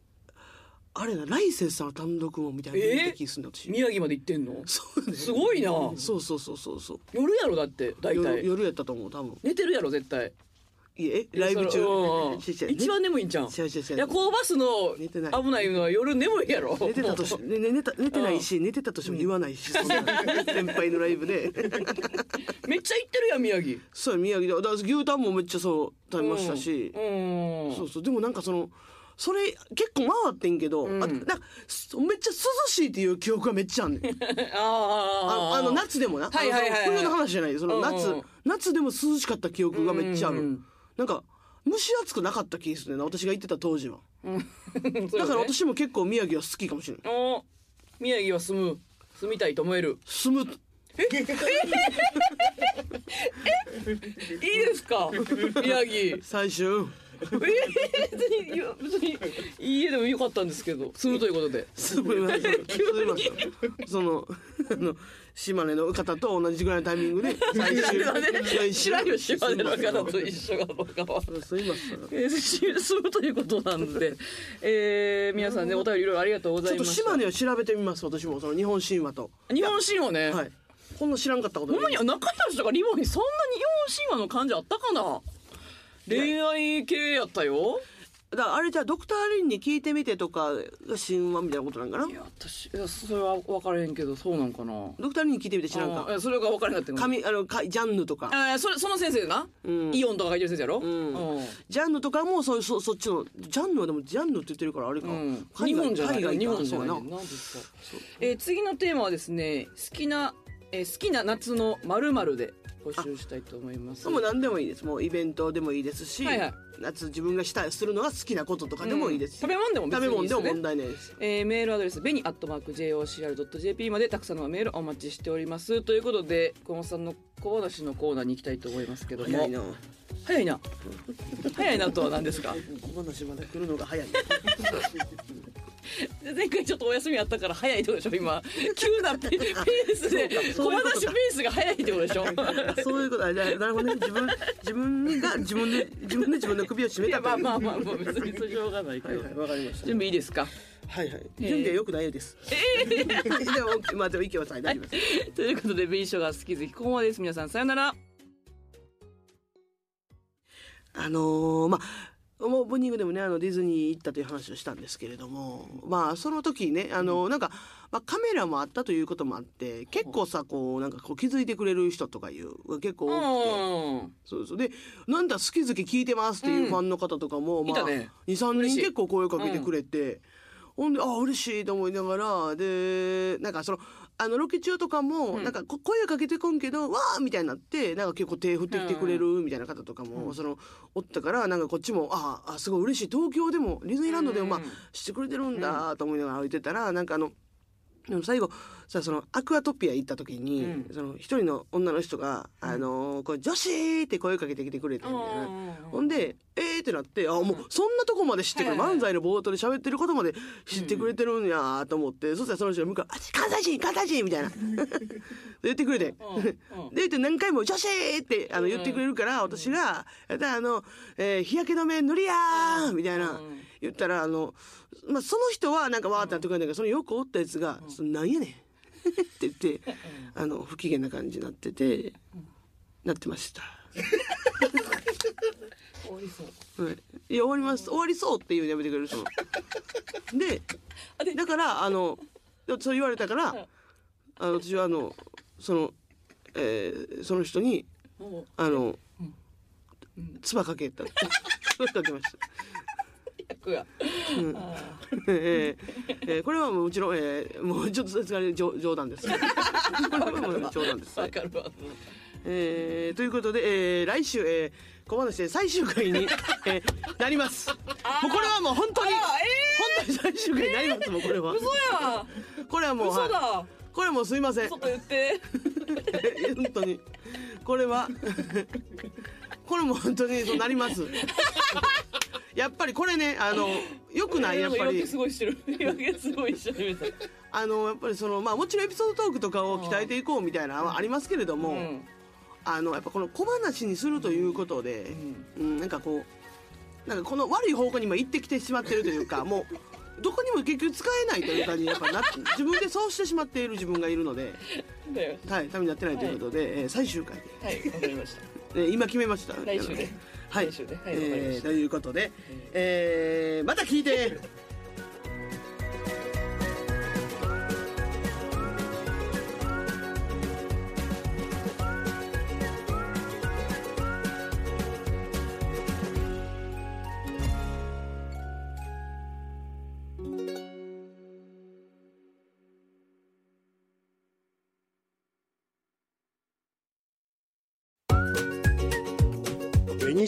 Speaker 2: あれなライセンスさんの単独もみたいなの見た気すんだ私、
Speaker 1: 宮城まで行ってんの
Speaker 2: そうね
Speaker 1: すごいな
Speaker 2: そうそうそうそうそう
Speaker 1: 夜やろだって大
Speaker 2: 夜
Speaker 1: 体
Speaker 2: 夜やったと思う多分
Speaker 1: 寝てるやろ絶対
Speaker 2: いえライブ
Speaker 1: そ
Speaker 2: 中
Speaker 1: れうんうん
Speaker 2: 違う違う
Speaker 1: 一番眠いんじゃん
Speaker 2: 違う違う違う
Speaker 1: 夜行バスの
Speaker 2: 寝てない
Speaker 1: 危ないのは夜眠いやろ
Speaker 2: 寝てたとし、ねね寝た寝てないし寝てたとしても言わないし、そんな先輩のライブで
Speaker 1: めっちゃ行ってるやん宮城
Speaker 2: そう宮城でだから牛タンもめっちゃそう食べましたし、
Speaker 1: うんうん
Speaker 2: そうそうでもなんかそのそれ結構回ってんけど、
Speaker 1: うん
Speaker 2: あなんかすめっちゃ涼しいっていう記憶がめっちゃあんねん
Speaker 1: あ
Speaker 2: あ
Speaker 1: ー
Speaker 2: あの夏でもな、
Speaker 1: はいはいはいはい
Speaker 2: あのその冬の話じゃないよその夏、
Speaker 1: うんうん
Speaker 2: 夏でも涼しかった記憶がめっちゃある、
Speaker 1: うんうん
Speaker 2: なんか蒸し暑くなかった気がするねんな私が行ってた当時は
Speaker 1: そうよ
Speaker 2: だ
Speaker 1: ね
Speaker 2: から私も結構宮城は好きかもしれない
Speaker 1: おー宮城は住む住みたいと思える
Speaker 2: 住む
Speaker 1: いいです か宮城
Speaker 2: 最終
Speaker 1: えー別にいや別にいい家でもよかったんですけど住むということです
Speaker 2: みません。すみません。その、あの、島根の方と同じぐらいのタイミングで、最終、最終
Speaker 1: 知らんよ島根の方と一緒かどうかは。
Speaker 2: すみません。ち
Speaker 1: えー住むということなんで、えー皆さんねお便りいろいろありがとうござ
Speaker 2: ょ
Speaker 1: い
Speaker 2: っ
Speaker 1: ま
Speaker 2: と
Speaker 1: した
Speaker 2: 島根を調べてみます、私も。その日本神話と。
Speaker 1: 日本神話ね、
Speaker 2: はい。こんな知らんかったこと
Speaker 1: ほんまに
Speaker 2: い。
Speaker 1: 中谷とかリボンにそんなに日本神話の感じあったかな恋愛系やったよ
Speaker 2: だからあれじゃあ、ドクター・リンに聞いてみてとかが神話みたいなことなんかない
Speaker 1: や私いやそれは分からへんけどそうなんかな
Speaker 2: ドクター・リンに聞いてみて知らん
Speaker 1: あ
Speaker 2: か。
Speaker 1: ーそれが分からなかったかも
Speaker 2: 神、あの、かジャンヌとか。
Speaker 1: あーそれその先生な、
Speaker 2: ん
Speaker 1: イオンとか書いてる先生やろ、
Speaker 2: んジャンヌとかもそういうそそっちのジャンヌはでもジャンヌって言ってるからあれか、
Speaker 1: うん
Speaker 2: 海
Speaker 1: 日
Speaker 2: 外
Speaker 1: 本じゃない
Speaker 2: 海外か
Speaker 1: 日本じゃない
Speaker 2: そうや
Speaker 1: ねんな実際えー次のテーマはですね好きな、えー好きな夏のまるで募集したいと思います。
Speaker 2: もう何でもいいですもうイベントでもいいですし、
Speaker 1: はいはい
Speaker 2: 夏自分がしたいするのが好きなこととかでもいいですし、
Speaker 1: うん食べ物でも別
Speaker 2: 食
Speaker 1: に
Speaker 2: べ
Speaker 1: いいで
Speaker 2: 物ですも
Speaker 1: よね
Speaker 2: 問題ないです
Speaker 1: えーメールアドレスベニアットマーク JOCR.jp までたくさんのメールお待ちしておりますということで小松さんの小話のコーナーに行きたいと思いますけども
Speaker 2: 早いな
Speaker 1: 早いな早いなとは何ですか
Speaker 2: 小話まで来るのが早い
Speaker 1: 前回ちょっとお休みあったから早いってことでしょ 今急なペペースで
Speaker 2: そ
Speaker 1: 小
Speaker 2: うかそういうことか
Speaker 1: 話ペースが早いってことでしょ
Speaker 2: そういうことあじゃあなるほどね自分自分が自分で自分で自分の首を絞
Speaker 1: い
Speaker 2: めた
Speaker 1: や
Speaker 2: とい
Speaker 1: まあまあま
Speaker 2: あ
Speaker 1: あまあ別にそれしょうがないけ
Speaker 2: はい
Speaker 1: ど
Speaker 2: はいわかりました
Speaker 1: 準備いいですか
Speaker 2: はいはい準備は良くないですえ でもまあでも意見は大丈夫です
Speaker 1: ということで紅しょが好き好きここまでです皆さんさよなら
Speaker 2: あのーまあオープニングでもねあのディズニー行ったという話をしたんですけれどもまあその時ねあのーなんか、まあ、カメラもあったということもあって結構さこうなんかこう気づいてくれる人とかいう結構
Speaker 1: う
Speaker 2: 多くて
Speaker 1: ん
Speaker 2: そうそうでなんだ好き好き聞いてますっていうファンの方とかも、ま
Speaker 1: い
Speaker 2: あ
Speaker 1: たね
Speaker 2: 23
Speaker 1: 嬉し
Speaker 2: 人
Speaker 1: い
Speaker 2: 結構声をかけてくれて、ほんであ嬉しいと思いながらでなんかその。あのロケ中とかも、
Speaker 1: うん
Speaker 2: なんかこ声をかけてこんけどわーみたいになってなんか結構手振ってきてくれるみたいな方とかも、そのおったからなんかこっちもあーあすごい嬉しい東京でもディズニーランドでも、まあ
Speaker 1: うんうん
Speaker 2: してくれてるんだと思いながら歩いてたら、なんかあのでも最後さそのアクアトピア行った時に、
Speaker 1: うん
Speaker 2: その一人の女の人が「あのーこれ女子!」って声をかけてきてくれてみたいな。ほんで、えーってなって、あ、もうそんなとこまで知ってくれる、
Speaker 1: はいはいはい
Speaker 2: 漫才の冒頭で喋ってることまで知ってくれてるんやと思って、そしたらその人が向かう、あ、関西人、関西人 みたいな。言ってくれて。
Speaker 1: うん
Speaker 2: で、って何回も、女子ってあの言ってくれるから、私が、やったらあの、えー日焼け止め塗りやーみたいな
Speaker 1: うん。
Speaker 2: 言ったら、あの、まあ、その人はなんかわーってなってくれるんだけど、その横おったやつが、そのな んやねんって言って、あの、不機嫌な感じになってて、なってました。
Speaker 1: 終わりそう
Speaker 2: はい、いや終わります終わりそうっていうのやめてくれるそので
Speaker 1: あで
Speaker 2: だからあのそう言われたから、
Speaker 1: ん
Speaker 2: あの私はあのその、えーその人に
Speaker 1: もう
Speaker 2: あの、
Speaker 1: うん
Speaker 2: つばかけたつばかけました、
Speaker 1: 役が
Speaker 2: うんえーえーこれはもちろん、えーもうちょっとさすがに冗冗談ですこれはもう冗談です、は
Speaker 1: わ
Speaker 2: い
Speaker 1: かるわ
Speaker 2: えーということで、えー来週、えー、小話で最終回に、えーなります。もうこれはもう本当に、
Speaker 1: あ
Speaker 2: 本当に最終回になりますもん、これは。
Speaker 1: 嘘や
Speaker 2: これはもう、
Speaker 1: 嘘
Speaker 2: はい
Speaker 1: だ
Speaker 2: これはもうすいません。
Speaker 1: 嘘と言って
Speaker 2: 本当に。これは、これも本当にそうなります。やっぱりこれね、あの、良くない、やっ
Speaker 1: 言
Speaker 2: ぱ
Speaker 1: い訳
Speaker 2: り
Speaker 1: す。ごいしてる言い訳すごいしてるみたい
Speaker 2: あの、やっぱりその、まあもちろんエピソードトークとかを鍛えていこうみたいなのはありますけれども、
Speaker 1: なうん
Speaker 2: あのやっぱこの小話にするということで、うんなんかこうなんかこの悪い方向に今行ってきてしまってるとい うかもうどこにも結局使えないという感じにやっぱな自分でそうしてしまっている自分がいるので、
Speaker 1: だよ
Speaker 2: はい、ためになってないということで、えー最終回
Speaker 1: はいわかりました
Speaker 2: で、えー今決めました
Speaker 1: 来週で
Speaker 2: はい、
Speaker 1: 来週ではいわかりま
Speaker 2: え
Speaker 1: した
Speaker 2: ーということで、えーまた聞いて
Speaker 3: 紅